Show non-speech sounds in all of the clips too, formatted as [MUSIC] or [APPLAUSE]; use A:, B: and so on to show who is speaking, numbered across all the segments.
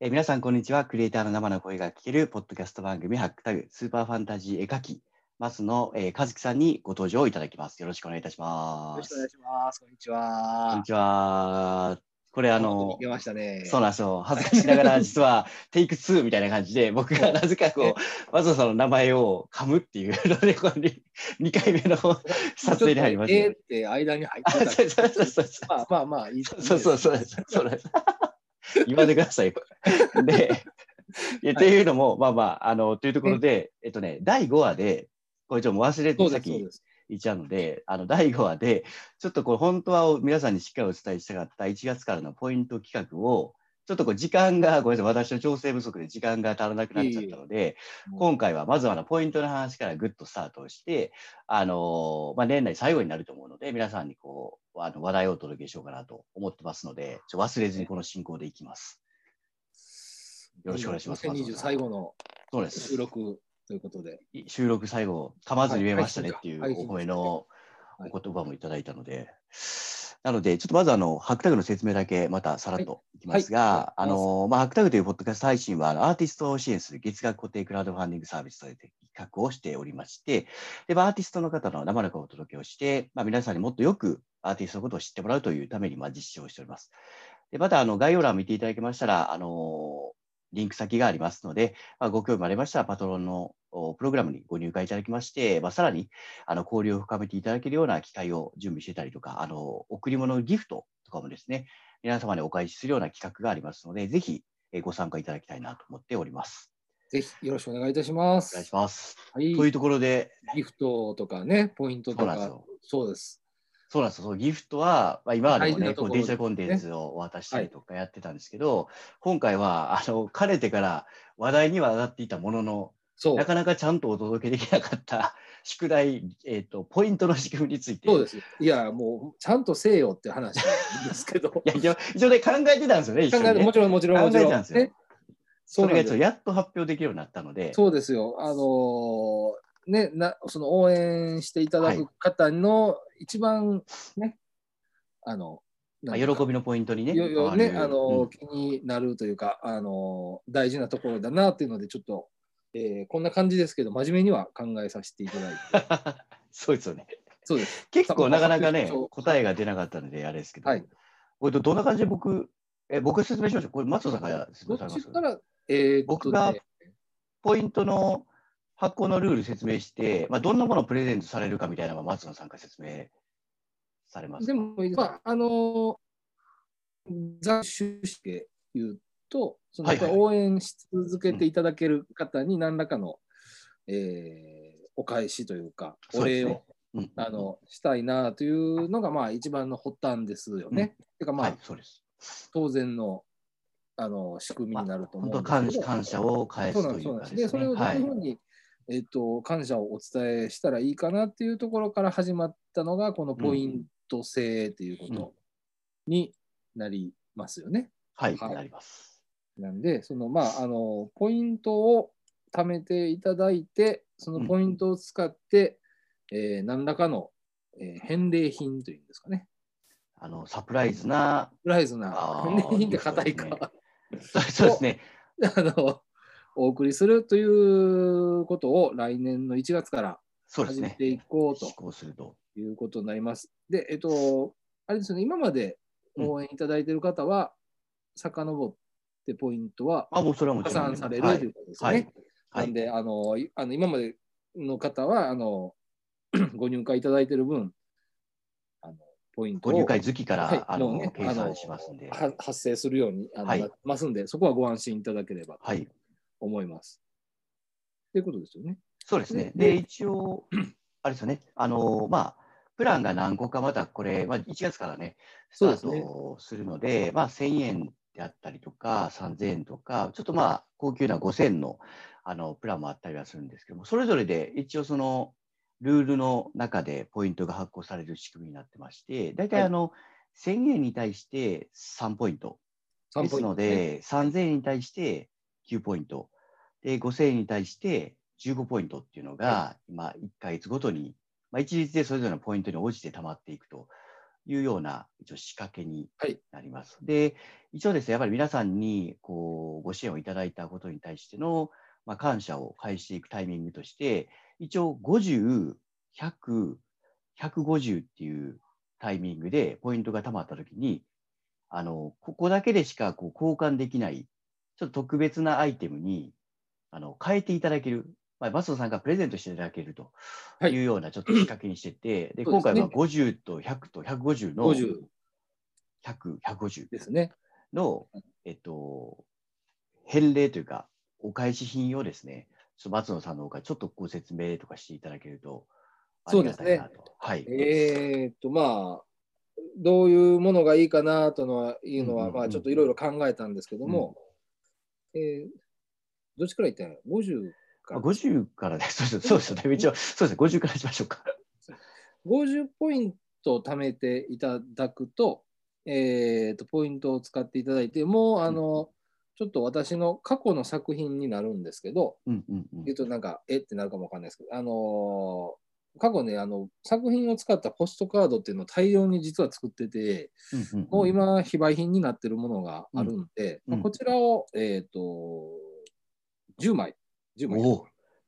A: 皆さん、こんにちは。クリエイターの生の声が聞けるポッドキャスト番組、ハックタグ、スーパーファンタジー絵描き、マスの、えー、和樹さんにご登場いただきます。よろしくお願いいたし
B: よ
A: ま
B: ろしくお願
A: す
B: い。します。こんにち
A: こんに
B: は。
A: ちは。これ、あの、
B: 出ましたね。
A: そうなんですよ。恥ずかしなが
B: [LAUGHS]
A: ら、実は、テイク2みたいな感じで、僕がなぜかこう、わざわざの名前を噛むっていうので、これ2回目の撮影に入りまし
B: え
A: た
B: ー、って間に入
A: あ
B: って
A: [LAUGHS] そうそうそうそう
B: た。まあまあま [LAUGHS] あ、いい。
A: そうそううそうですそう
B: [LAUGHS]
A: です言わせてくださいよ。で、いやっていうのも、まあまあ、あの、というところで、えっとね、第5話で、これちょっともう忘れ
B: そ
A: て
B: う
A: さっ
B: です。そう
A: き
B: です。
A: 言っちゃうので、あの、第5話で、ちょっとこれ本当は皆さんにしっかりお伝えしたかった1月からのポイント企画を、ちょっとこう時間が、ごめんなさい、私の調整不足で時間が足らなくなっちゃったので、今回はまずはあのポイントの話からぐっとスタートをして、あのーまあ、年内最後になると思うので、皆さんにこうあの話題をお届けしようかなと思ってますので、ちょ忘れずにこの進行でいきます。よろしくお願いします
B: 2020最後の
A: そうで
B: 収
A: す。
B: 録ということで。
A: 収録最後、噛まず言えましたねっていう
B: はい
A: お褒めの
B: はい
A: お言葉もいただいたので、なので、ちょっとまずあの、ハックタグの説明だけまたさらっといきますが、
B: はい
A: あの、まあ、ハックタグというポッドキャスト配信は、あのアーティストを支援する月額固定クラウドファンディングサービスという企画をしておりまして、で、まあアーティストの方の生の声をお届けをして、まあ、皆さんにもっとよくアーティストのことを知ってもらうというために、まあ、実施をしております。で、また、あの、概要欄を見ていただきましたら、あの、リンク先がありますので、まあ、ご興味もありましたら、パトロンのおプログラムにご入会いただきまして、まあ、さらにあの交流を深めていただけるような機会を準備してたりとか、あの贈り物ギフトとかもですね、皆様にお返しするような企画がありますので、ぜひえーご参加いただきたいなと思っております。
B: ぜひよろしくお願いいたしま
A: お願いし
B: す。
A: ます。
B: はい。
A: というところで、
B: ギフトとかね、ポイントと
A: そうなんです
B: か
A: よ。
B: そうです。
A: そうなんですよそのギフトは、まあ、今までも
B: 大事
A: ね、
B: なと
A: こ
B: こ
A: う
B: ろ
A: デ
B: ですね
A: ジタルコンテンツをお渡ししたりとかやってたんですけど、今回は、あの、かねてから話題には上がっていたものの、
B: そう
A: な。かなかちゃんとお届けできなかった宿題、えっ、と、ポイントの仕組みについて、
B: そうです。いや、もうちゃんとせえよって話なんですけど。考
A: [LAUGHS] いや一応一応ね、考えてたんですよね、一緒に
B: え
A: ね、
B: てもちろんもちろんもち
A: 考
B: ろ
A: え
B: ん。
A: たんですよ
B: ね
A: そ
B: そう
A: れ
B: な
A: が
B: んで
A: ちょっ
B: す
A: とやっと発表できるようになったので、
B: そうですよ。あのーね、なその応援していただく方の一番ね、あの、
A: ま
B: な
A: あ喜
B: んていうか
A: びのポイントにね、
B: よよね、
A: 変わ
B: あ
A: る
B: の
A: うん [LAUGHS]
B: ー気になるというか、あのー大事なところだなっていうので、ちょっと、えーこんな感じですけど、真面目には考えさせていただいて、
A: そうですよね。
B: そうです。
A: 結構なかなかね
B: そう、
A: 答えが出なかったので、あれですけど、
B: はい
A: これどどんな感じで僕、え僕説明しましょう。これ、松尾さんから説
B: ど
A: 明さ
B: っ
A: れま
B: ち
A: す
B: から、えーっとね
A: 僕がポイントの発行のルール説明して、まあ、どんなものをプレゼントされるかみたいなのは松野さんから説明されます。
B: でも、まあ、あのー、残首して言うと、その
A: はいはい
B: 応援し続けていただける方に何らかの、えーお返しというか、お
A: そうで
B: 礼
A: す
B: を、
A: ねうん
B: あ、のしたいなというのが、まあ、一番の発端ですよね。てか、まあ、
A: はい、そうです。
B: 当然のあの仕組みになると思
A: 本当
B: うん
A: 感
B: ですけど
A: 感謝を返
B: そう
A: す
B: なん
A: と
B: で
A: いうか
B: す、そうなん
A: ですす、
B: で。
A: ね。
B: で、それをどう
A: は
B: いう
A: い
B: ふうに、えっと、感謝をお伝えしたらいいかなっていうところから始まったのが、このポイント制っていうことになりますよね。
A: はい、
B: はい
A: なります。
B: なんで、その、まあ、あの、ポイントを貯めていただいて、そのポイントを使って、えー何らかの、えー返礼品というんですかね。
A: あの、サプライズな、
B: プライズな
A: あー
B: 返礼品って硬いか。
A: そうそうですね。
B: [LAUGHS] あの、お送りするということを来年の1月から
A: そうです
B: [LAUGHS] 始め
A: ね。
B: ていこうと
A: 施行すると。
B: いうことになります。で、えっと、あれですよね、今まで応援いただいている方は、遡ってポイントは
A: あ、もうそれはも
B: 加
A: ちろん。
B: 算される
A: は
B: とい
A: い。
B: うことですよ
A: は
B: ね。
A: い。はい
B: なんで、あの、いあの今までの方は、あの、 [CLEARS THROAT] ご入会いただいている分、あのポイント
A: ご
B: を
A: 入会月から、
B: はい
A: あ
B: もう
A: の、
B: ね
A: 計算しますんで。
B: あのは発生するようにあの、
A: はい
B: なってますんで、そこはご安心いただければと
A: はい。
B: 思います。ということですよね。
A: そうですね。
B: で
A: で、一応、 [CLEARS THROAT] あれですよね。あの、まあ、プランが何個か、またこれ、まあ、1月からね、スタ
B: そうで
A: ー
B: すね
A: トするので、まあ、1000円であったりとか、3000円とか、ちょっとまあ、高級な5000の、あの、プランもあったりはするんですけども、それぞれで一応その、ルールの中でポイントが発行される仕組みになってまして、大体
B: はい
A: あの、1000円に対して3ポイント。
B: 3
A: です
B: ポイント
A: ので、3000円に対して9ポイント、で5000円に対して15ポイントっていうのが、今、1ヶ月ごとに、まあ、一律でそれぞれのポイントに応じて溜まっていくというような一応仕掛けに
B: はい
A: なります。で、一応ですね、やっぱり皆さんにこうご支援をいただいたことに対しての、まあ、感謝を返していくタイミングとして、一応50、100、150っていうタイミングでポイントが貯まったときに、あの、ここだけでしかこう交換できない、ちょっと特別なアイテムに、あの、変えていただける。まあ、バストさんがプレゼントしていただけると
B: はい
A: いうようなちょっと仕掛けにしてて、で、
B: そう
A: 今
B: です
A: 回は
B: ね
A: 50と100と150の
B: 50
A: 100、150
B: ですね。
A: の、えっと、返礼というか、お返し品をですね、ちょっと松野さんの方からちょっとご説明とかしていただけると、ありがたいなと。はい。
B: えーっと、まあ、どういうものがいいかなとのはいう
A: う
B: の
A: ん
B: は、
A: うんうん
B: まあ、ちょっといろいろ考えたんですけども、えーどっちから言ったんや ?50 か
A: あ。50から [LAUGHS] です。そうですそうですよね。一応、そうですね。50からしましょうか。
B: 50ポイントを貯めていただくと、えーっと、ポイントを使っていただいて、もう、あの、ちょっと私の過去の作品になるんですけど、
A: うんうんうん
B: 言うとなんか、えってなるかもわかんないですけど、あのー過去ね、あの、作品を使ったポストカードっていうのを大量に実は作ってて、
A: うんん。
B: もう今、非売品になってるものがあるんで、
A: うんうん
B: まあこちらを、えっ、と、10枚、10枚、
A: おお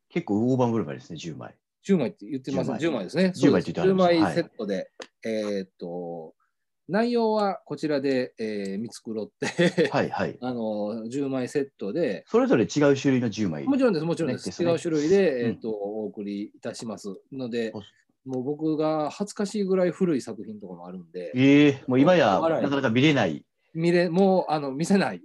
A: 結構大盤振る舞いですね、10枚。
B: 10枚って言ってます、
A: 10枚
B: 10, 枚ですね。
A: 10枚
B: そう
A: って言
B: です
A: ってあり
B: 10
A: ま
B: 枚
A: す
B: セットで、えっ、と、内容はこちらで、えー見繕って、 [LAUGHS]
A: はいはい。
B: あのー、10枚セットで、
A: それぞれ違う種類の10枚。
B: もちろんです、もちろんです。
A: ですね
B: 違う種類で、
A: うん
B: えーとお送りいたしますので
A: あ、
B: もう僕が恥ずかしいぐらい古い作品とかもあるんで、
A: ええもう今や
B: 笑い
A: なかなか見れない。
B: 見れもうあの見せない、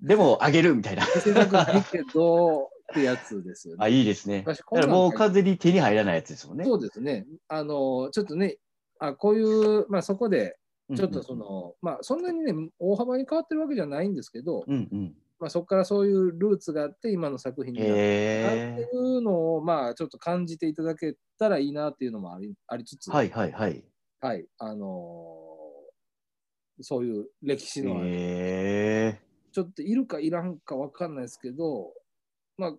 A: でも、あげるみたいな。
B: 見せたくないけどってやつですよね。
A: あ、いいですね。だ
B: 昔こん
A: から
B: なん
A: もう完全に手に入らないやつですもんね。
B: そうですね。あのちょっとね、あこういう、まあ、そこで、ちょっとそ
A: の
B: の、まあ、そんなにね、大幅に変わってるわけじゃないんですけど、
A: うんうん。
B: まあ、そこからそういうルーツがあって、今の作品になってって
A: え
B: いうのを、まあ、ちょっと感じていただけたらいいなっていうのもありありつつ、
A: ー、はいはいはい。
B: はい、あのーそういう歴史のある、
A: え
B: ちょっといるかいらんかわかんないですけど、まあ、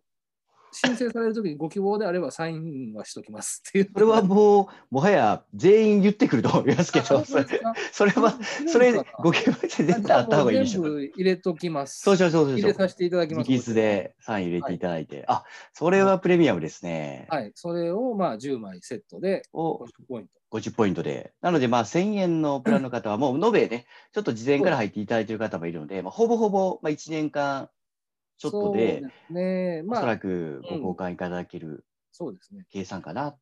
B: 申請されるときにご希望であればサインはしときますっていう。
A: ー、それはもう、もはや全員言ってくると思いますけど、
B: あ
A: それ、
B: あ
A: それは、それ、ご希望で絶対あった方がいいでしょ
B: 全部入れときます。
A: そうしましょう、そう
B: 入
A: しま
B: れ
A: しょ
B: させていただき
A: う。直
B: ます。
A: 筆。でサイン入れていただいて。あ、それはプレミアムですね。
B: はい、それをまあ10枚セットで
A: を
B: 50ポイント。
A: 50ポイントで。なので、まあ、1000円のプランの方は、もう延べね、ちょっと事前から入っていただいている方もいるので、まあ、ほぼほぼ、まあ、1年間ちょっとで、
B: そうすね、
A: おそ
B: ま
A: ら
B: あ、
A: くご交換いただける
B: そうですね。
A: 計算かなと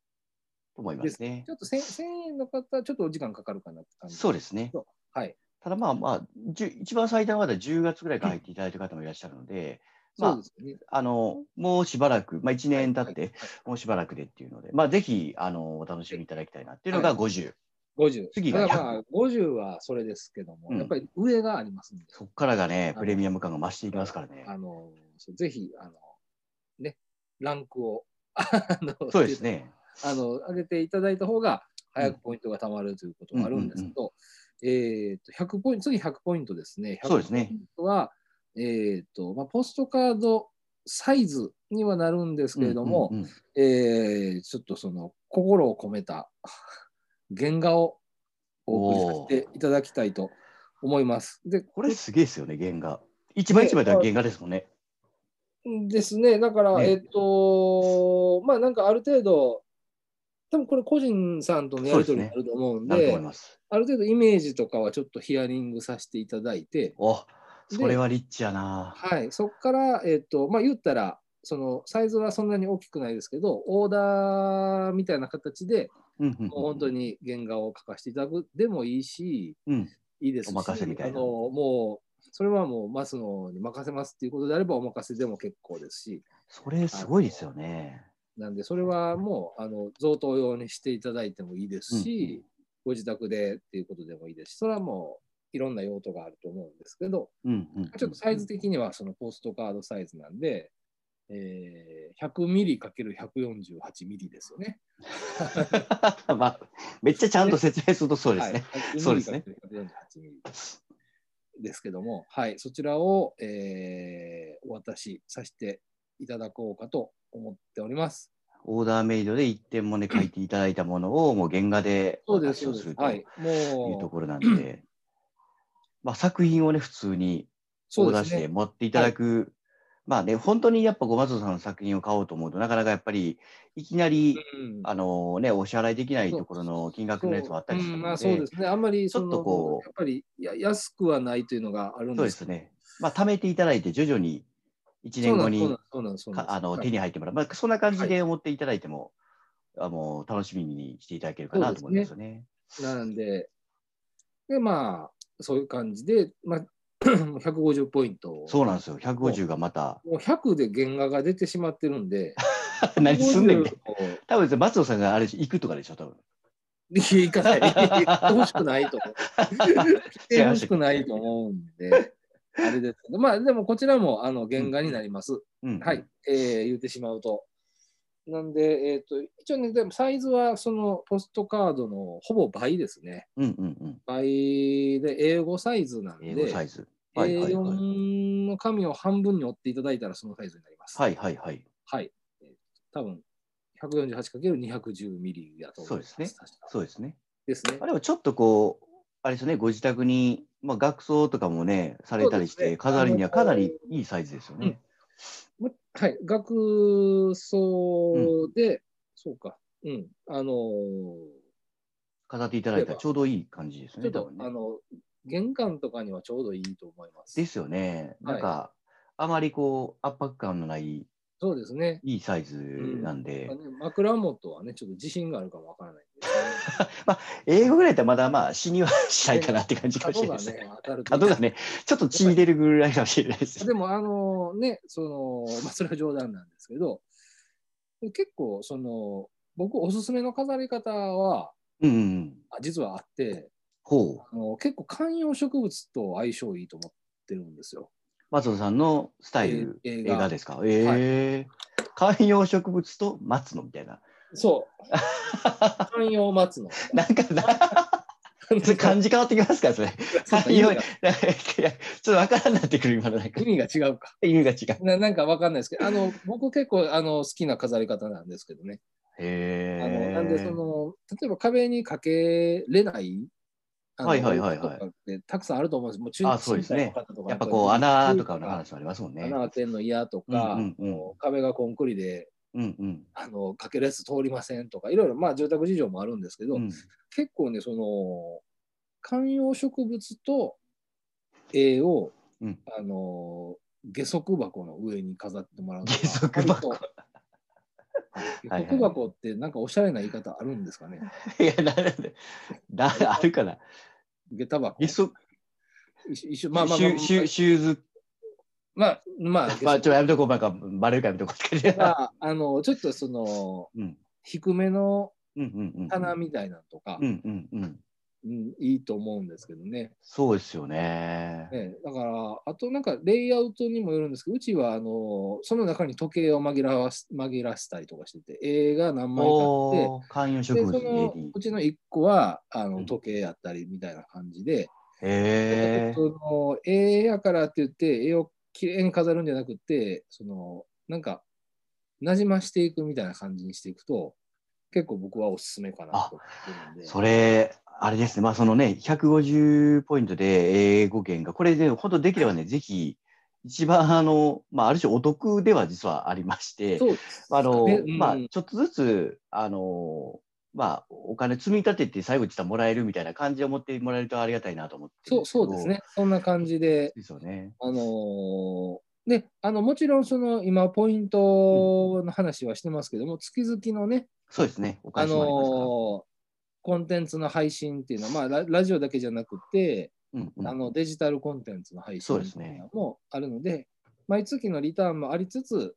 A: 思いますね
B: ち。ょっと 1000, 1000円の方、ちょっとお時間かかるかなって感じ。
A: そうですね。
B: はい。
A: ただまあまあ、じゅ一番最大はまだ10月ぐらいから入っていただいた方もいらっしゃるので、まあ
B: そうですよね。
A: あの、もうしばらく、まあ1年経って、
B: はいはい
A: もうしばらくでっていうので、まあぜひ、あの、お楽しみいただきたいなっていうのが50。
B: 50。
A: 次が100
B: ただまあ、50はそれですけども、
A: うん
B: やっぱり上がありますんで、
A: そこからがね
B: あ、の
A: プレミアム感が増していきますからね。
B: あの、そうぜひ、あの、ね、ランクを、 [LAUGHS] あの
A: そうです。ね。
B: あの、上げていただいた方が、早くポイントが貯まるということがあるんですけど、えっと、100ポイント、次100ポイントですね。100
A: そうですね
B: ポイントは、えっと、まあ、ポストカードサイズにはなるんですけれども、
A: うんうんうん
B: えーちょっとその心を込めた [LAUGHS] 原画をお送りさせていただきたいと思います。で、
A: これすげえですよね、原画。一番一枚では原画ですもんね。
B: ですね、だから、
A: ね
B: えっと、まあなんかある程度、多分これ個人さんとのやり取りになると思うん
A: な
B: で、
A: ると思います。
B: ある程度イメージとかはちょっとヒアリングさせていただいて、
A: お、
B: で
A: それはリッチやな。
B: はい、そこから、えっと、まあ言ったら、そのサイズはそんなに大きくないですけど、オーダーみたいな形で、
A: うんうんうん
B: もう本当に原画を描かせていただくでもいいし、
A: うん
B: いいですし、
A: お任せみたいな
B: あのもう、それはもう、マスのに任せますっていうことであれば、お任せでも結構ですし、
A: それすごいですよね。
B: なんで、それはもう、あの贈答用にしていただいてもいいです
A: うんう
B: し、ご自宅でっていうことでもいいですし、それはもう、いろんな用途があると思うんですけど、
A: うんうんうん
B: ちょっとサイズ的には、そのポストカードサイズなんで、えー、100ミリ ×148 ミリですよね。
A: [LAUGHS] まあ、めっちゃちゃんと説明するとそうですね。
B: はい、
A: そうですね
B: 148ミリですけども、はい、そちらを、えーお渡しさせていただこうかと思っております。
A: オーダーメイドで1点もね、書いていただいたものを、もう原画で
B: そうで
A: 活
B: す、そ
A: 用
B: うです
A: る。と
B: はい。
A: いうと
B: もう、
A: ころなん
B: [CLEARS THROAT]
A: で、まあ、作品をね、普通に
B: そ
A: オー
B: う
A: ダ
B: で
A: ーし
B: す
A: て
B: ね。
A: 持っていただく、まあね、本当にやっぱごまぞさんの作品を買おうと思うとなかなかやっぱり、いきなり、
B: うん
A: あのね、お支払いできないところの金額のやつもあったりする
B: うんま
A: の
B: あ、そう
A: で
B: で、すね。あんまりそ
A: ち
B: の、
A: ょっとこう
B: やっぱりや安くはないというのがある
A: そう
B: んで
A: ですす
B: けど。
A: ね。まあ、貯めていただいて、徐々に1年後に
B: そうなんです、そうなんですそうなん
A: か
B: です。
A: あの
B: はい
A: 手に入ってもらう、まあ、そんな感じ
B: は
A: で思っていただいても、あの楽しみにしていただけるかなと思いますよね。
B: なんで、で、まあ、そういう感じで、まあ、150ポイント。
A: そうなんですよ。150がまた、
B: もう100で原画が出てしまってるんで、
A: [LAUGHS] 何すんねんみたいな
B: 150を
A: 多分ですね松尾さんがあれ行くとかでしょ、多分。
B: いや行か
A: [LAUGHS]
B: ない。行ってほしくないと思う。来てほしくないと思うんで、あれですけど、まあでもこちらもあの原画になります。
A: うん、
B: はい、えー言ってしまうと。なんで、えっ、と、一応ね、でもサイズはそのポストカードのほぼ倍ですね。
A: うんうんうん。
B: 倍で、英語サイズなんで、
A: 英語サイズ。はいはいはい
B: A4 の紙を半分に折っていただいたらそのサイズになります。
A: はいはいはい。
B: はい。えー多分 148×210 ミリやと思います。
A: そうです
B: ね。
A: そうですね。
B: ですね
A: あ。れもちょっとこう、あれですよね、ご自宅に、まあ、額装とかもね、されたりし
B: そうです
A: て、
B: ね
A: 飾るにはかなりいいサイズですよね。
B: もはい、学層で、そうか、うん、あのー
A: 飾っていただいたらちょうどいい感じです
B: ちょ
A: ね、
B: っ
A: 多
B: と、
A: 分
B: あ
A: ね。
B: の、玄関とかにはちょうどいいと思います。
A: ですよね。
B: はい
A: なんか、あまりこう、圧迫感のない、
B: そうですね。
A: いいサイズなんで、
B: まあね枕元はね、ちょっと自信があるかもわか
A: [LAUGHS]
B: らないんですけ
A: 英語ぐらいだったらまだまあ死にはしないかなって感じかもし
B: ど、
A: れ
B: 角
A: ないです
B: が
A: ね。
B: ね、当たると
A: 角がね、ちょっと血出るぐらいかもしれないですね。
B: でも、あのね、その、 [LAUGHS] まあ、それは冗談なんですけど、結構、その、僕、おすすめの飾り方は、
A: うんうんうん。
B: あ実はあって、
A: ほう。
B: あの結構観葉植物と相性いいと思ってるんですよ。
A: 松野さんのスタイル、
B: え映
A: 映
B: 画
A: 画ですか。ええ観葉植物と松のみたいな。
B: そう。観葉松の。
A: なんか、な感じ変わってきますから、それ。
B: そうか意味が
A: なんかいやちょっとわからんなってくる、今のなんか。
B: 意味が違うか。
A: 意味が違う。
B: ななんかわかんないですけど、あの僕結構あの好きな飾り方なんですけどね。あ
A: へ
B: の
A: え。
B: なんでその、例えば壁にかけれない。あの
A: はいはいはいはい
B: とかってたくさんあると思うんです。もう中
A: あそうですね
B: 身体の方とか
A: やっぱこう、穴とかの話もありますもんね。
B: 穴開けるの嫌とか、
A: うんうんうん
B: もう壁がコンクリで
A: うんうん。
B: あのかけるやつ通りませんとか、いろいろ、まあ、住宅事情もあるんですけど、
A: うん
B: 結構ね、その、観葉植物と絵を、
A: うん
B: あの、下足箱の上に飾ってもらうとか。
A: 下足箱
B: 割と
A: はい
B: 下足箱ってなんかおしゃれな言い方あるんですかね。
A: いや、なるほど。なあるかな。
B: 下駄箱。
A: いっそ、
B: 一緒一緒
A: まあ
B: まあ
A: ま
B: ま
A: あまあ
B: あまあ
A: シュシューズ、
B: まあ、まあ、
A: まあ、ちょ
B: 下
A: っとやめとこう、なんか、バレるからやめとこうって
B: 足ま
A: 感
B: あ、あの、ちょっとその、
A: じ。うん
B: 低めの
A: うんうんうん。
B: 棚みたいなのとか
A: う、んうんうん。
B: うん、いいと思うんですけどね。
A: そうですよね。
B: ね、だから、あとなんかレイアウトにもよるんですけど、うちはあのその中に時計を紛らわす紛らしたりとかしてて、映画何枚かあ
A: おー、観葉
B: っ
A: 植
B: て、で
A: 物
B: そ
A: に
B: の
A: AD
B: う。ちの1個はあ
A: う
B: の
A: ん
B: 時計やったりみたいな感じで、
A: へ
B: その絵やからって言って、絵をきれいに飾るんじゃなくて、そのなんか、なじましていくみたいな感じにしていくと、結構僕はおすすめかなと思ってるん
A: え。
B: で。
A: それ、あれですね。まあ、そのね、150ポイントで英語圏が、これで、本当できればね、ぜひ、一番、あの、まあ、ある種お得では実はありまして、
B: そうです
A: あの、
B: ねうん
A: まあ、ちょっとずつ、あの、まあ、お金積み立てて最後実はもらえるみたいな感じを持ってもらえるとありがたいなと思ってる
B: そ
A: ん
B: うそう
A: けど
B: です。ね。そんな感じで。
A: ですよね。
B: あのーで、あの、もちろん、その、今、ポイントの話はしてますけども、月々のね、
A: そうですね。お
B: あ
A: 返しもありますから。
B: のーコンテンツの配信っていうのは、まあラ、ラジオだけじゃなくて、
A: うんうん
B: あの、デジタルコンテンツの配信
A: そう
B: っ
A: で
B: てい
A: すね
B: うのもあるので、毎月のリターンもありつつ、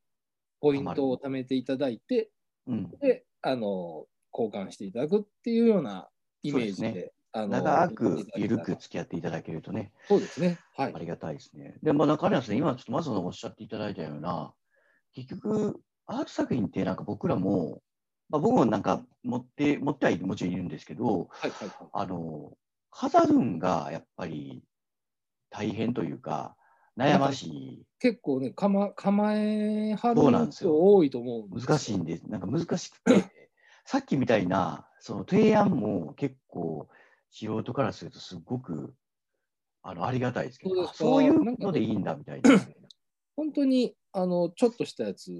B: ポイントを貯めていただいて、
A: うん
B: で、あのー交換していただくっていうようなイメージ
A: そう
B: で、
A: で
B: あのー
A: 長く、ゆるく
B: やっていただけたら
A: 付き合っていただけるとね、
B: そうですね。はい
A: あ。りがたいですね。でも、なんかあれなんですね、今、ちょっとまずおっしゃっていただいたような、結局、アート作品って、なんか僕らも、まあ、僕もなんか持って、持ってはいもちろんいるんですけど、
B: はい、はい、はい。
A: あの、飾るんがやっぱり大変というか、悩ましい。
B: 結構ね、かま構えは
A: そうなん
B: る
A: ですよ
B: 人多いと思うんですよ
A: 難しいんで、なんか難しくて、さっきみたいな、その提案も結構、素人からするとすごくあのありがたいですけ
B: そう
A: ど、
B: です
A: あ
B: か
A: そういうのでいいんだみたいな。
B: 本当にあのちょっとしたやつ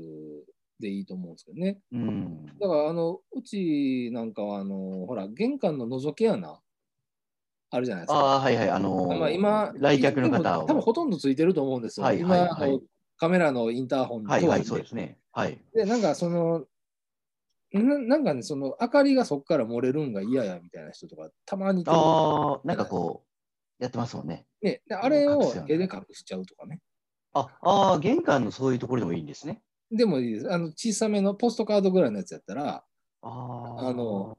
B: でいいと思うんですけどね。
A: うん。
B: だからあのうちなんかはあのほら玄関の覗き穴あるじゃないです
A: あ
B: か。
A: あ、はいはい、あの
B: まあ、今
A: 来客の方を。
B: 多分ほとんどついてると思うんですよ。
A: はいはい
B: 今あの
A: はい
B: カメラのインターホンと
A: はいはい、そうですね。はい。
B: でなんかそのななんかねその明かりがそこから漏れるんが嫌やみたいな人とかたまにいて
A: ああ、なんかこう、やってますもんね。
B: ね、であれを
A: 隠すよね
B: 絵で隠しちゃうとかね。
A: ああー、玄関のそういうところでもいいんですね。
B: でもいいです。あの小さめのポストカードぐらいのやつやった
A: あ
B: ら、
A: あ。
B: あの、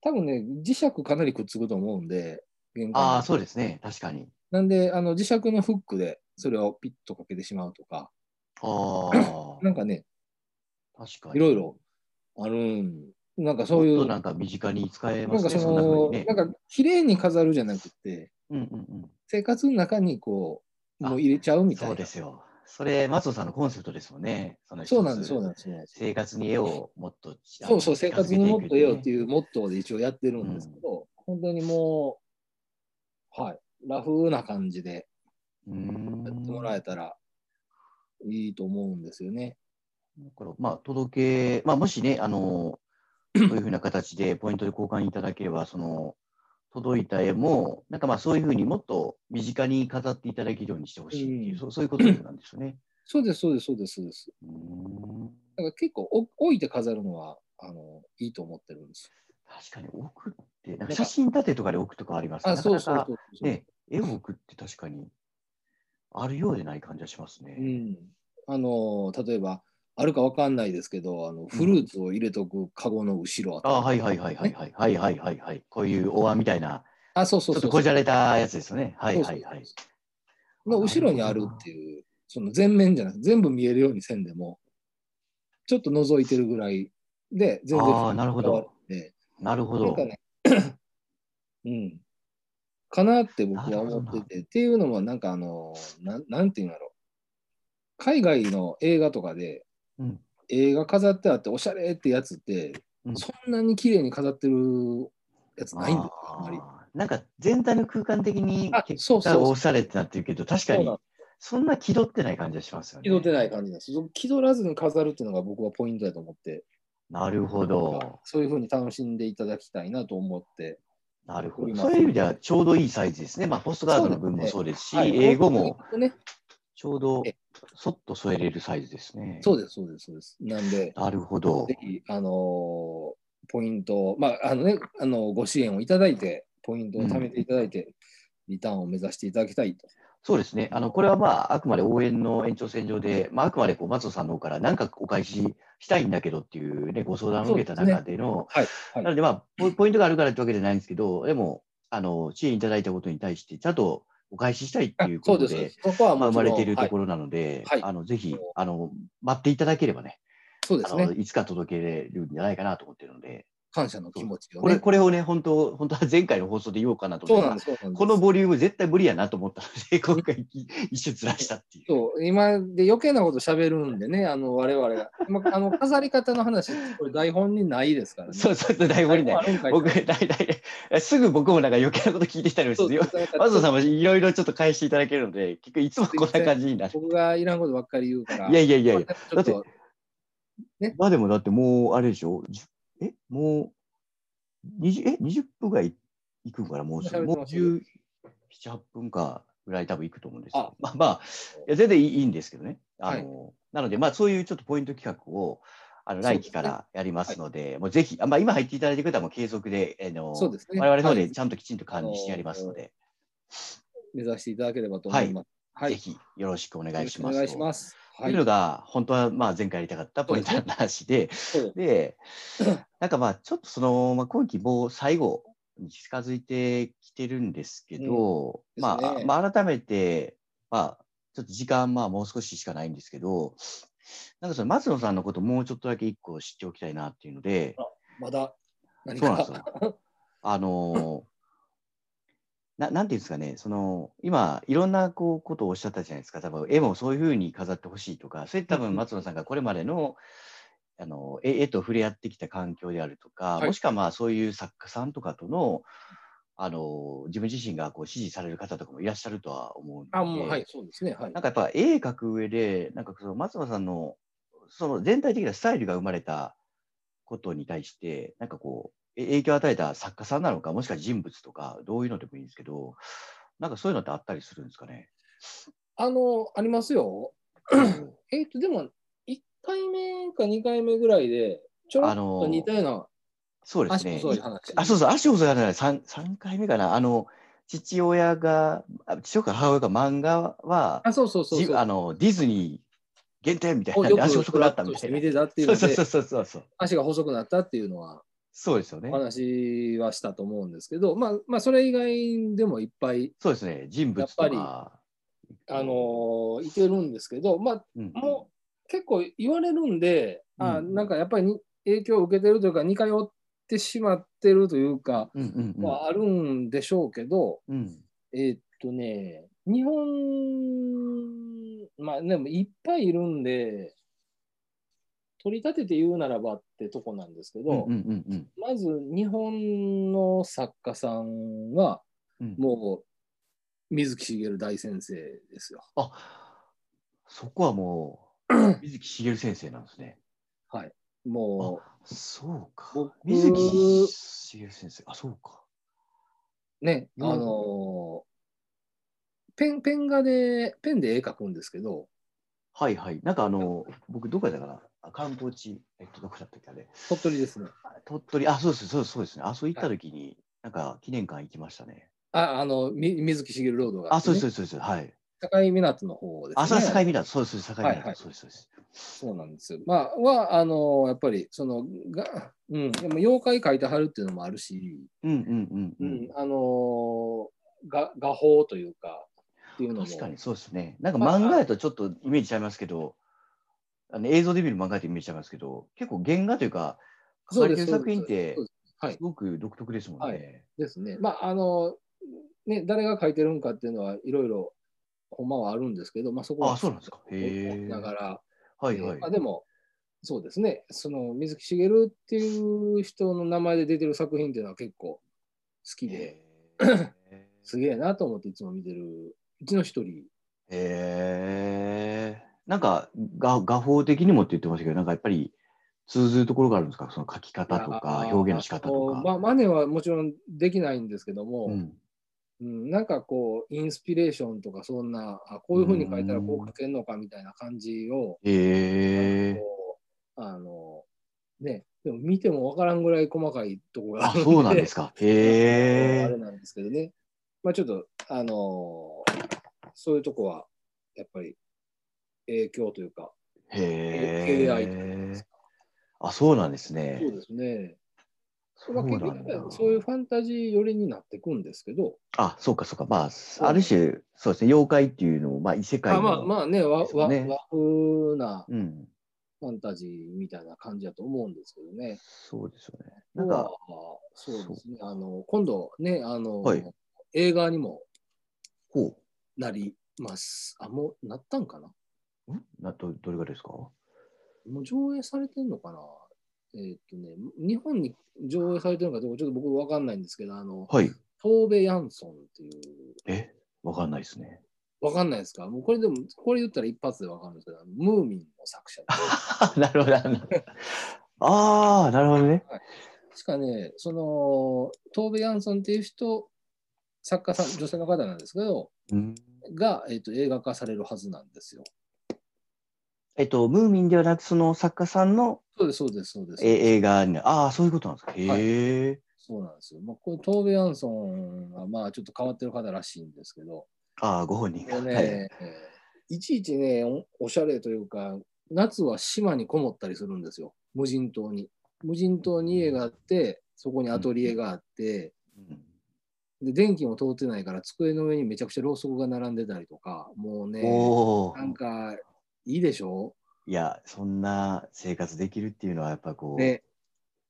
B: 多分ね、磁石かなりくっつくと思うんで、玄関に
A: ああ、そうですね。確かに。
B: なんで、あの磁石のフックでそれをピッとかけてしまうとか、
A: あ
B: [LAUGHS] な
A: あ、
B: んかね、
A: 確かに。
B: いろいろあるん、なんかそうい
A: もっ
B: う、
A: と
B: な
A: なんんか身近に使えます
B: か
A: ね。
B: そ
A: そんな風
B: の、
A: にね。
B: なんか綺麗に飾るじゃなくて、
A: うんうん
B: 生活の中にこう、
A: あ
B: もう入れちゃう
A: うん。
B: みたい
A: そ
B: な。
A: うですよ。それ、松尾さんのコンセプトですもんね。その一つ
B: そうなんです、そうなんです。そうなんです
A: 生活に絵をもっと。
B: そうそう、生活にもっと得ようって
A: う。
B: いうモットーで一応やってるんですけど、本当にもう、はい、ラフな感じで
A: うー
B: やっ
A: ん。
B: てもらえたらいいと思うんですよね。
A: だからまあ、届け、まあ、もしね、あの、そういうふうな形でポイントで交換いただければ、その、届いた絵も、なんかまあ、そういうふうにもっと身近に飾っていただけるようにしてほしいっていう、
B: うん
A: そうそういうことなんですよね。
B: そうです、そうです、そうです、そうです。
A: うーん
B: だから結構お置いて飾るのはあのいいと思ってるんです。
A: 確かに奥って、なんか写真立てとかで置くとかありますね
B: あ、そう
A: なか
B: そう
A: な
B: そ
A: か
B: うそう、
A: ね、絵を置くって確かにあるようでない感じがしますね。
B: うん。あの、例えば、あるかわかんないですけど、あのフルーツを入れとくカゴの後ろあたり
A: あはいはいはいはいはいはいはいはいはい。こういうお椀みたいな、
B: あ、そう
A: ち
B: そ
A: ょ
B: う
A: っ
B: そう
A: とこじゃれたやつですよね。はいはいはい。
B: の後ろにあるっていう、その全面じゃなくて、全部見えるようにせんでも、ちょっと覗いてるぐらいで、全然
A: あーなるほど
B: 変わるんで。
A: なるほ
B: なん
A: ど
B: か。ね、うん。かなって僕は
A: な
B: 思っ
A: る
B: て
A: ほ
B: て、っていうのも、なんかあの、なんなんていうんだろう。海外の映画とかで、
A: うん
B: 映画飾ってあって、おしゃれってやつって、
A: うん
B: そんなに綺麗に飾ってるやつないんですよ、あんまり。
A: あーなんか全体の空間的に
B: あ
A: 結
B: そうそう
A: 果おしゃれってなってるけど、確か
B: そう
A: に
B: なん
A: そんな気取ってない感じがしますよね。
B: 気取ってない感じなんです。その気取らずに飾るっていうのが僕はポイントだと思って、
A: なるほど。
B: そういうふうに楽しんでいただきたいなと思って。
A: なるほ
B: 取
A: ど。
B: ります
A: そういう意味ではちょうどいいサイズですね。まあ、ポストカードの分もそうですし、
B: はい
A: 英語も。
B: ね、
A: ちょうど
B: え
A: そっと添えれるサイズですね。
B: そうです、そうです、そうです。なんで、
A: なるほど
B: ぜ。ひ、あのーポイントを、まあ、あのね、あのご支援をいただいて、ポイントを貯めていただいて、リターンを目指していただきたいと。
A: そうですね。あの、これはまあ、あくまで応援の延長線上で、まあ、あくまでこう、松尾さんの方から何かお返ししたいんだけどっていうね、ご相談を受けた中での、
B: はい、
A: な
B: はい、
A: のでまあ、ポイポイントがあるからってわけじゃないんですけど、でも、あの、支援いただいたことに対して、ちゃんとお返ししたいって
B: あ
A: いう
B: そ
A: こ
B: うで
A: と
B: す、そうで
A: で、
B: すそこは
A: まあ、
B: も
A: 生
B: ちろ
A: ま
B: ん
A: れていると
B: はい
A: ころなので、
B: はい
A: あの、ぜひ、あの、待っていただければね、
B: そうで
A: あ
B: す
A: の
B: ね。
A: いつか届けれるんじゃないかなと思ってるので、
B: 感謝の気持ちを
A: これ、
B: ね。
A: これをね、本当本当は前回の放送で言おうかなと思っ
B: そう
A: て
B: なんです、そうなんです。
A: このボリューム絶対無理やなと思ったので、今回い一瞬ずらしたっていう。
B: そう今で余計なこと喋るんでね、あの我々が。まあの飾り方の話、これ台本にないですからね。
A: そうそうそう、大無理ない。
B: 台本あるん
A: 僕、
B: かい
A: 大体、すぐ僕もなんか余計なこと聞いてきたりも
B: そ
A: し
B: う
A: て、
B: そうなんか
A: マゾさんもいろいろちょっと返していただけるので、結局いつもこんな感じになる。
B: 僕がいらんことばっかり言うから。
A: いやいやいやいや。
B: ちょっと
A: まあでもだってもう、あれでしょじゅえもう、20え20分ぐらい行くんから、もうすぐ、
B: も
A: も
B: う
A: う
B: 喋ってますよ
A: 17、8分かぐらい多分行くと思うんですよ
B: あ
A: まあまあ、いや全然いいいいんですけどね。あのなので、まあそういうちょっとポイント企画を、あの
B: そう
A: 来
B: ですね
A: 期からやりますので、もうぜひ、あまあ、今入っていただいてくれたらもう継続で、えーの
B: そうですね
A: 我々の方
B: は
A: で
B: い
A: ちゃんときちんと管理してやりますので、
B: 目指していただければと思います。はい。
A: ぜひよろしくお願
B: よ
A: い
B: ろ
A: し
B: しく
A: ま
B: お
A: す。
B: 願いします。
A: と。
B: はいいう
A: のが、本当はまあ前回やりたかったポイントの話で、
B: そう
A: で、なんかまあ、ちょっとその、まあ、今期もう最後に近づいてきてるんですけど、
B: うん
A: ま
B: です
A: あ、
B: ね
A: まあ、改めて、まあ、ちょっと時間、まあ、もう少ししかないんですけど、なんかその松野さんのこと、もうちょっとだけ一個知っておきたいなっていうので、
B: まだ何
A: そうなんで
B: か [LAUGHS]
A: すよ。あのーななんていうんですかね、その今、いろんなこうことをおっしゃったじゃないですか、多分絵もそういうふうに飾ってほしいとか、それって多
B: うんう
A: 分
B: ん
A: 松野さんがこれまでのあの絵絵と触れ合ってきた環境であるとか、
B: はい
A: もしくはまあそういう作家さんとかとのあの自分自身がこう支持される方とかもいらっしゃるとは思うので、
B: あ、もう、はい、そうですね。はい
A: なん。かやっぱ絵描く上で、なんかその松野さんのその全体的なスタイルが生まれたことに対して、なんかこう、え影響を与えた作家さんなのか、もしくは人物とか、どういうのでもいいんですけど、なんかそういうのってあったりするんですか
B: [CLEARS THROAT]
A: ね。
B: あの、ありますよ。えっと、でも、1回目か2回目ぐらいで、ちょろっ
A: あの
B: と似たような
A: そうです
B: 足
A: ね。
B: 細い話。
A: あ、そうそう、足細い話じゃない、三三回目かな。あの、父親が、あ父親か母親が漫画は、
B: あそうそうそう
A: じ
B: そう。
A: あのディズニー限定みたい
B: を
A: な
B: よ
A: ん
B: く
A: で、足細くなったみたい
B: フラッとして見
A: な。
B: てたっていう
A: そう
B: の
A: そうそう、
B: で
A: そうそうそう。
B: 足が細くなったっていうのは、
A: そうですよね
B: お。話はしたと思うんですけど、まあ、まあ、それ以外でもいっぱい、
A: そうですね、人物とか。
B: やっあのいてるんですけど、まあ、
A: うん
B: もう結構言われるんで、あ
A: うん
B: なんかやっぱりに影響を受けてるというか、似通ってしまってるというか、
A: うんうんうん、
B: はあるんでしょうけど、
A: うん、
B: えーっとね、日本、まあでもいっぱいいるんで、取り立てて言うならばってとこなんですけど、
A: うんうんうん
B: まず日本の作家さんは、
A: うん
B: もう水木しげる大先生ですよ。
A: あそこはも
B: [CLEARS THROAT]
A: う水木しげる先生なんですね。
B: も
A: そうか
B: 僕。
A: 水木しげる先生。あそうか。
B: うね、あ
A: うん
B: のーペン、ペン画で、ペンで絵描くんですけど、
A: はいはい。なんかあの僕どこやったかな。あ観光地えっとどこだったっけあれ。
B: 鳥取ですね。
A: あ鳥取あそうですそうですそうですね。あそう行った時に、なんか記念館行きましたね。
B: あ、あの、み水木しげるロードが
A: あそうです
B: ね。
A: そうですそうですはい。
B: 境港の方ですね。
A: あそうです境港そうですそうです境
B: はいはい
A: 港そうですそうです。
B: そうなんですよ。まあ、は、あの、やっぱり、その、が、うん、でも妖怪描いてはるっていうのもあるし、
A: うんうん
B: う
A: うん
B: ん、
A: うん。
B: あの、が、画法というか、っていうのも。
A: 確かにそうですね。なんか
B: まあ
A: 漫画やとちょっとイメージちゃいますけど、あの映像で見る漫画やとイメージちゃいますけど、結構原画というか、書
B: そ
A: か
B: う
A: れ
B: で
A: て
B: す
A: る作品って
B: そうですそうです
A: すごく独特ですもん
B: は
A: ね。
B: ですね。まあ、あの、ね、誰が描いてるんかっていうのは、いろいろ、ほんまはあるんですけど、まあ、そこは、
A: あそうなんですかへえ
B: 追いながら、
A: はいはい。
B: まあ、でも、そうですね、その、水木しげるっていう人の名前で出てる作品っていうのは結構好きで、
A: へえ
B: [COUGHS] すげえなと思っていつも見てる、うちの一人
A: へえなんか画画法的にもって言ってましたけど、なんかやっぱり通ずるところがあるんですかその書き方とか
B: あー
A: 表現の仕方と
B: あのま
A: か。
B: あ、マネはもちろんできないんですけども、
A: う
B: うん
A: ん
B: なんかこう、インスピレーションとか、そんな、あこういうふうに書いたらこう書けるのかみたいな感じを、
A: へえ
B: こうあの、ね、でも見てもわからんぐらい細かいと [LAUGHS] こが
A: あ
B: ある
A: そうなんです
B: か。
A: か。
B: あ
A: へ
B: れ
A: え
B: なんですけどね。まあちょっと、あのそういうとこは、やっぱり影響というか、
A: へ
B: AI とかです
A: え。あ、そうなんですね。
B: そうですね。
A: そう
B: ま
A: な
B: あ
A: ん
B: 結
A: だ
B: 局、そういうファンタジー寄りになってくんですけど、
A: あ、そうか、そうか。ま
B: う
A: あ、ある種、そうですね、妖怪っていうのを、まあ、異世界
B: あ
A: の。
B: まあまあね和
A: ですよ
B: 和
A: ね
B: 和風な
A: うん。
B: ファンタジーみたいな感じだと思うんですけどね。
A: そうですよね。なんか、
B: そうですね。あの今度ねあの、
A: はい
B: 映画にも
A: ほ
B: なります。あもうなったんかな
A: う。んなどどれがですか
B: もう上映されてんのかなえーっとね日本に上映されてるのかどうかちょっと僕分かんないんですけどあの
A: はい。
B: 東部ヤンソンっていう
A: え、わかんないですね。 [LAUGHS]
B: 分かんないですかもうこれでもこれ言ったら一発で分かるんですけどあのムーミンの作者で
A: なるほど。あのあー、なるほどね。
B: しかね、その、トーベ・ヤンソンっていう人、作家さん、女性の方なんですけど、
A: うん、
B: が、えっと映画化されるはずなんですよ。
A: えっと、ムーミンではなく、その作家さんの
B: そうです、そうです、そうです。
A: え映画になああ、そういうことなんですか。へえ。
B: そうなんですよ。まあ、このトーベ・ヤンソンは、まあ、ちょっと変わってる方らしいんですけど、
A: ああ、ご本人
B: も
A: が。
B: うね、
A: はい。
B: えーいちいちねお、おしゃれというか、夏は島にこもったりするんですよ、無人島に。無人島に家があって、そこにアトリエがあって、
A: うん
B: で電気も通ってないから、机の上にめちゃくちゃろうそくが並んでたりとか、もうね、
A: おお。
B: なんか、いいでしょ
A: いや、そんな生活できるっていうのは、やっぱこう、
B: ね。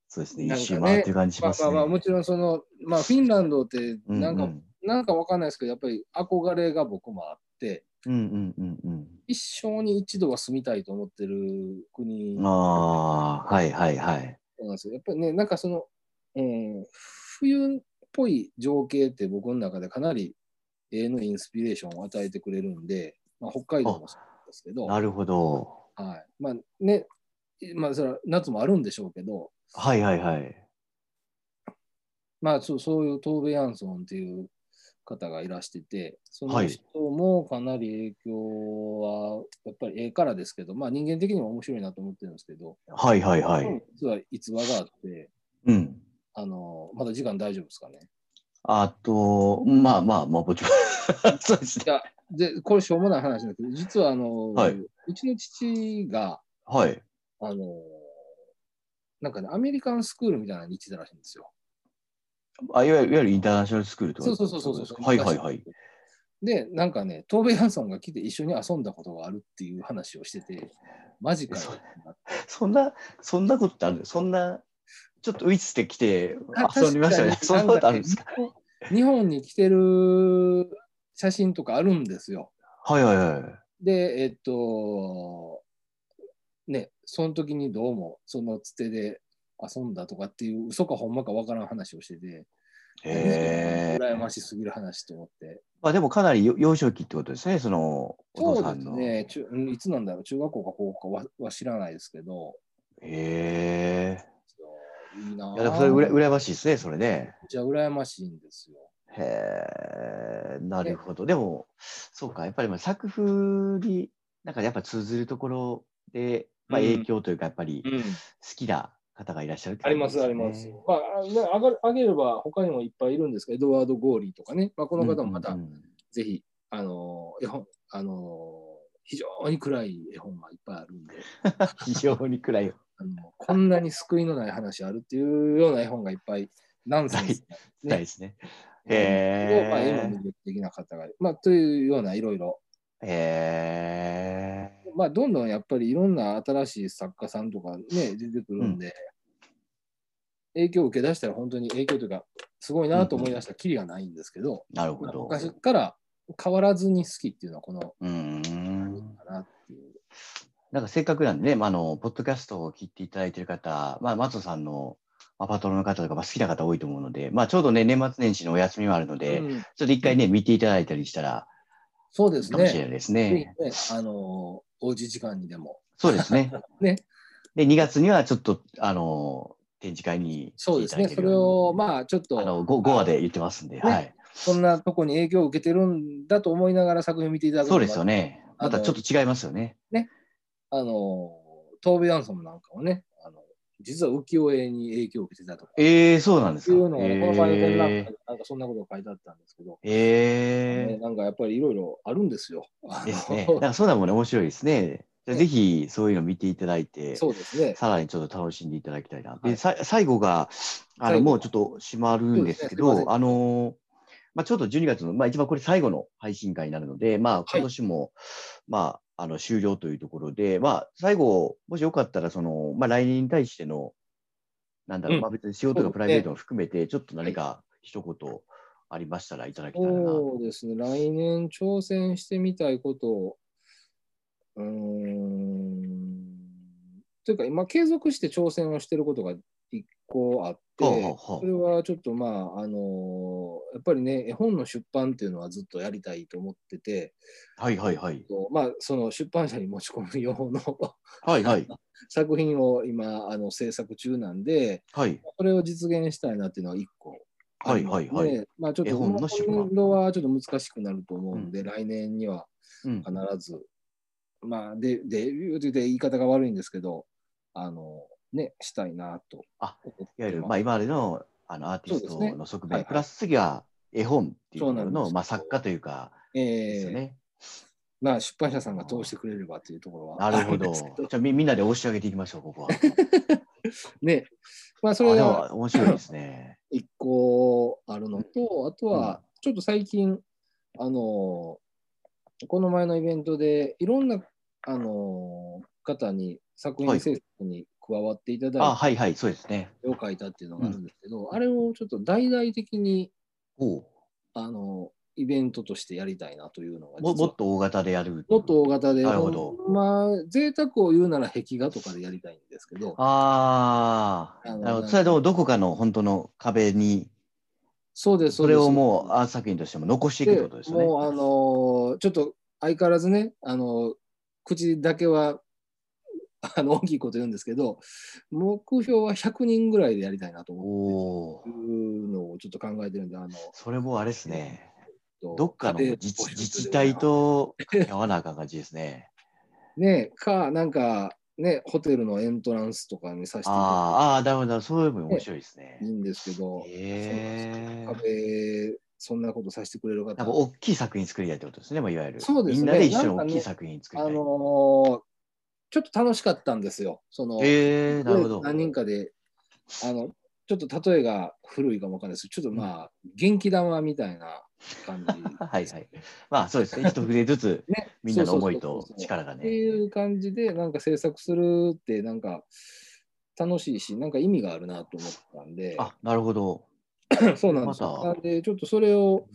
A: そうですね、
B: なん
A: 一
B: かね
A: 周回ってる感じし
B: ま
A: ま
B: あ
A: す
B: まあ
A: ね。
B: まあ、もちろんその、まあ、フィンランドって、
A: うん
B: なんか
A: うん
B: なんかわかんないですけど、やっぱり憧れが僕もあって、
A: うんうんうん
B: 一生に一度は住みたいと思ってる国
A: うん。ああ、はいはいはい。
B: そうなんですよ。やっぱりね、なんかその、えー冬っぽい情景って僕の中でかなり絵のインスピレーションを与えてくれるんで、まあ、北海道もそうですけど、は
A: なるほど。
B: い、まあね、まあそれは夏もあるんでしょうけど、
A: はいはいはい。
B: まあそうそういうトーベ・ヤンソンっていう方がいらしてて、そ
A: は
B: の
A: い
B: 人もかなり影響は、やっぱり絵からですけど、まあ人間的にも面白いなと思ってるんですけど、
A: はいはいはい。
B: 実は逸話があって、
A: うん。
B: あの、まだ時間大丈夫ですかね。
A: あと、まあまあまあ、もちろ [LAUGHS] ん。そうですね
B: い。や、で、これしょうもない話だけど、実はあの、
A: はいう
B: ちの父が、
A: はい。
B: あの、なんかね、アメリカンスクールみたいなのに行ってたらしいんですよ。
A: あいわゆるいわゆるインターナショナルスクールってこ
B: そう
A: と
B: そう
A: か
B: そうそうそう。
A: はいはいはい。。
B: で、なんかね、トーベ・ヤンソンが来て一緒に遊んだことがあるっていう話をしてて、マジかよ
A: そうそんな、そんなことってあるそんな、ちょっとウイッスで来て [LAUGHS] 遊びましたね。
B: 確
A: そんな
B: かに
A: ことあるんですか
B: なんね日本に来てる写真とかあるんですよ。
A: はいはいはい。
B: で、えっと、ね、その時にどうも、そのつてで遊んだとかっていう、嘘かほんまかわからん話をしてて、
A: へえ。
B: 羨ましすぎる話と思って。
A: まあでもかなりよ幼少期ってことですね、そのお
B: そ
A: 父
B: う
A: さ
B: で
A: ん
B: す
A: の。
B: ね、中うんいつなんだろう、中学校か高校かはは知らないですけど、
A: へえ。
B: そういいないぁ
A: や、でもそれうら羨ましいですね、それね。
B: じゃあ羨ましいんですよ。
A: へえ、なるほど。でも、そうか、やっぱりまあ作風に、なんかやっぱ通ずるところで、まあ
B: うん
A: 影響というか、やっぱり好きな方がいらっしゃるって
B: あ
A: こと
B: り
A: で
B: ますす、
A: ね
B: あります。まあ、あねあがあげれば他にもいっぱいいるんですけど、エドワード・ゴーリーとかね、まあ、この方もまた
A: うんうんうん
B: ぜひ、あのー、絵本、あのー、非常に暗い絵本がいっぱいあるんで、
A: 非常に暗い。
B: あのこんなに救いのない話あるっていうような絵本がいっぱい、ナンセンスな
A: ないです
B: [LAUGHS]
A: ね。
B: でまあ、絵
A: へ
B: も
A: ー
B: 魅力的な方が、まあ、というようないろいろ、
A: へー
B: まあ、どんどんやっぱりいろんな新しい作家さんとかね、出てくるんで、影響を受け出したら本当に影響というか、すごいなと思い出したらきりがないんですけど、
A: なるほ
B: まあ
A: ど。
B: 昔から変わらずに好きっていうのはこの、
A: うーん。
B: かなっていう。
A: なんかせっかくなんでね、まあ、あのポッドキャストを聞いていただいている方、まあ、松尾さんのアパートの方とか、まあ、好きな方多いと思うので、まあ、ちょうどね、年末年始のお休みもあるので、ちょ
B: うん
A: っと一回ね、見ていただいたりしたら、
B: そうで
A: いい
B: す
A: かもしれ
B: ね
A: な。いです
B: ぜ
A: ね。
B: ひね、あのおうち時間にでも。
A: そうですね。
B: [LAUGHS] ね。
A: で、2月にはちょっと、あの、展示会に
B: そうですね。
A: 来て
B: そ
A: いただける
B: れ
A: よ
B: を、
A: うに
B: まあ、ちょっ
A: あ
B: と、
A: の 5, 話で言ってますんで、
B: ね
A: はい。
B: そんなとこに影響を受けてるんだと思いながら作品見ていただくの
A: そう
B: も
A: ですよ。ね。
B: あ
A: ま
B: の
A: たちょっと違いますよね。
B: あの、トーベ・ヤンソンなんかはね、あの実は浮世絵に影響を受けてたとか、
A: えー、そうなんで
B: って
A: す
B: い
A: か。
B: うのがね、この前の展覧
A: えー
B: 会でなんかそんなことが書いてあったんですけど、
A: えー
B: ねなんかやっぱりいろいろあるんですよ。あ
A: です
B: [LAUGHS]
A: ね。なん
B: の
A: かそういうのもね、面白いですね。じゃあ
B: ね
A: ぜひそういうの見ていただいて、
B: そうですね。
A: さらにちょっと楽しんでいただきたいな。
B: は
A: で、
B: い
A: さ最後が、あ
B: 最
A: の
B: 後
A: もうちょっと閉まるんですけ
B: そうですねすい
A: ど、
B: ません
A: あの、まあ、ちょっと12月の、まあ、一番これ最後の配信会になるので、まあ、今年も、まあ、あの終了というところで、まあ、最後、もしよかったら、その、まあ、来年に対しての、なんだろう、
B: うん
A: まあ、別に仕事
B: そうです
A: が
B: ね
A: プライベートも含めて、ちょっと何か一言ありましたらいただけたらなと。
B: そうですね、来年挑戦してみたいことを、うーん、というか、今、継続して挑戦をしてることが一個あって、
A: ほうほうほう
B: それはちょっとまあ、あのやっぱりね、絵本の出版っていうのはずっとやりたいと思ってて、
A: はいはいはい。
B: まあ、その出版社に持ち込む用の [LAUGHS]
A: はいはい。
B: 作品を今、あの制作中なんで、
A: はい。
B: それを実現したいなっていうのは一個
A: はいはいはい。
B: でまあちょっ
A: 絵
B: と
A: 本の出版
B: 今度はちょっと難しくなると思うんで、
A: うん
B: 来年には
A: うん
B: 必ず、まあで、デビューという言い方が悪いんですけど、あの、ね、したいなと
A: あ
B: 思ってます。
A: いわゆる、まあ、今までのあのアーティスト
B: そうです
A: の側
B: はいは
A: 面、
B: い
A: プラス次は絵本っていうところ
B: そうなんで
A: の、
B: す
A: まあ、作家というか、
B: え
A: ですよ
B: え
A: ね。
B: まあ出版社さんが通してくれればというところ
A: な
B: は
A: るほど。
B: あんで
A: じ
B: すけ
A: ゃあみみんなで押し上げていきましょう、こ
B: [LAUGHS]
A: こは。
B: ね、まあそ
A: あ
B: れ
A: で
B: が
A: も面白いです
B: [LAUGHS]
A: ね。
B: 一個あるのと、あとはちょっと最近、あの、この前のイベントでいろんな、あの、方に作
A: は
B: 品
A: い
B: 制作に加わっていただいて、
A: あ、はいはい、そうですね。
B: 絵を描いたっていうのがあるんですけど、あれをちょっと大々的に
A: おう
B: あの、イベントとしてやりたいなというのが実
A: も
B: は
A: もっと大型でやる。
B: もっと大型で、
A: なるほど
B: ほんまあ、贅沢を言うなら壁画とかでやりたいんですけど、
A: あ
B: あ
A: あ、
B: の
A: なるほ
B: なん
A: ど。
B: か
A: それはどどこかの本当の壁に、
B: そうです、
A: それをもうアート作品としても残していくってことですよね。
B: もうあのーちょっと相変わらずね、あのー口だけはあの大きいこと言うんですけど、目標は100人ぐらいでやりたいなと思って。
A: おお
B: い、うのをちょっと考えてるんで、あの
A: それもあれですね。
B: と
A: どっかの
B: 家庭
A: 自治
B: 募集
A: 自治体と掛け合わなあかん感じです
B: [LAUGHS]
A: ね。
B: ね、か、なんか、ね、ホテルのエントランスとかにさせていただ
A: あーあー、だめだ、そういうのも面白いですね
B: いてい。いんですけど、
A: ええー。
B: 壁、そんなことさせてくれる
A: な
B: 方
A: んか大きい作品作りたいってことですね、まあ、いわゆる。
B: そうで
A: み
B: すね
A: んなで一緒に
B: な
A: 大
B: んかね
A: きい作品作り
B: あ
A: たい。
B: のーちょっと楽しかったんですよ。その
A: ええー、なるほど。
B: 何人かで、あの、ちょっと例えが古いかもわかんないですけど、ちょっとまあ、元気玉みたいな感じ。
A: [LAUGHS] はいはい。まあそうですね、一筆ずつ
B: [LAUGHS] ね、
A: みんなの思い
B: そうそう
A: と
B: そうそう
A: 力が
B: っ
A: ね
B: て。いう感じで、なんか制作するって、なんか楽しいし、なんか意味があるなと思ったんで、
A: あ、なるほど。
B: [LAUGHS] そうなんですよ。
A: また
B: なんで、ちょっとそれを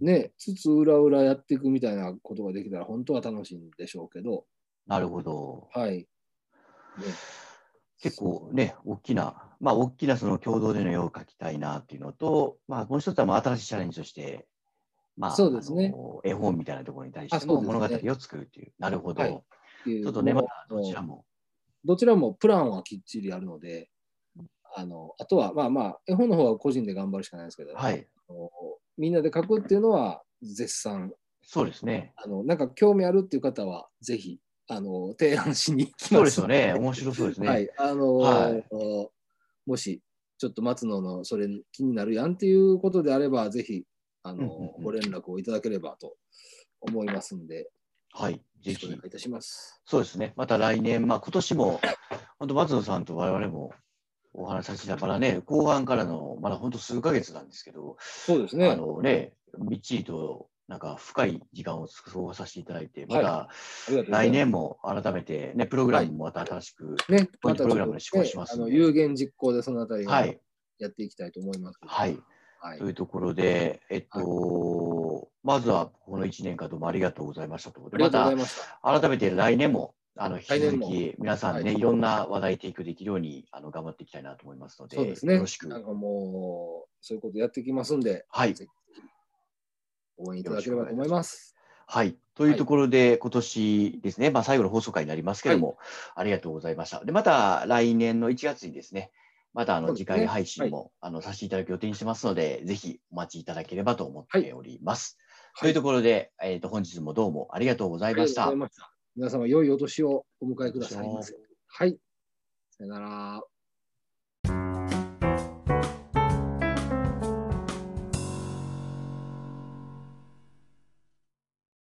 B: ね、つつ裏裏やっていくみたいなことができたら、本当は楽しいんでしょうけど、
A: なるほど。
B: はい。ね
A: 結構ね、大きな、まあ大きなその共同での絵を描きたいなっていうのと、まあもう一つはまあ新しいチャレンジとして、まあ、
B: そうですね
A: あの絵本みたいなところに対し
B: あ
A: て
B: そ
A: の
B: うですね
A: 物語を作るっていう。なるほど。
B: はい
A: ち
B: ていう
A: ょっとね、ま
B: もう
A: たどちらも。
B: どちらもプランはきっちりあるので、あのあとはまあまあ、絵本の方は個人で頑張るしかないですけど、
A: はい。
B: あのみんなで書くっていうのは絶賛
A: そうですね。
B: あの、なんか興味あるっていう方は、ぜひあの提案しに行きます。
A: そうですよね。面白そうですね。
B: はい、あの、
A: はい
B: もし、ちょっと松野のそれ気になるやんっていうことであれば、ぜひあの、
A: うんうんうん
B: ご連絡をいただければと思いますんで、よ
A: はい。
B: ろ
A: ぜ
B: しくお
A: ひ
B: 願いいたします。
A: そうですね、また来年、まあ今年も、本当、松野さんと我々もお話しさせてたからね、後半からの、まだ本当数ヶ月なんですけど、
B: そうですね。
A: あのね、みっちりとなんか深い時間を過ごさせていただいて、また
B: ありがとうござい
A: 来
B: ます
A: 年も改めて、ね、プログラムもまた新しく、
B: ね、
A: ポイ
B: ま
A: ントプ
B: たちょ
A: ロ
B: っ
A: グラ
B: と
A: ム
B: ね
A: で施行しま
B: あ
A: すん
B: の
A: で
B: 有言実行でそのあたりを
A: はい、
B: やっていきたいと思います。
A: はい、
B: はい
A: というところで、えっと、まずはこの1年間どうもありがとうございましたというこ
B: あ
A: と
B: り
A: で、
B: が
A: ま
B: とうござい
A: た
B: ました。
A: 改めて来年も、あの引き
B: 来年
A: 続
B: も
A: き皆さんね、
B: はい
A: い、ろんな話題提供できるようにあの頑張っていきたいなと思いますので、
B: そうですね。
A: よろしく
B: なんかもう、そういうことやっていきますんで、
A: はい。
B: 応援いただければと思います。
A: はい。というところで、今年ですね、まあ、最後の放送回になりますけども、ありがとうございました。で、また来年の1月にですね、またあ
B: そ
A: の
B: うですね
A: 次回配信も、あのさせていただく予定にしてますので、ぜひお待ちいただければと思っております。
B: はい
A: というところで、えっ、と、本日もどうもありがとうございました。
B: ありがとうございました皆様、良いお年をお迎えくださいませ。はい。さよなら。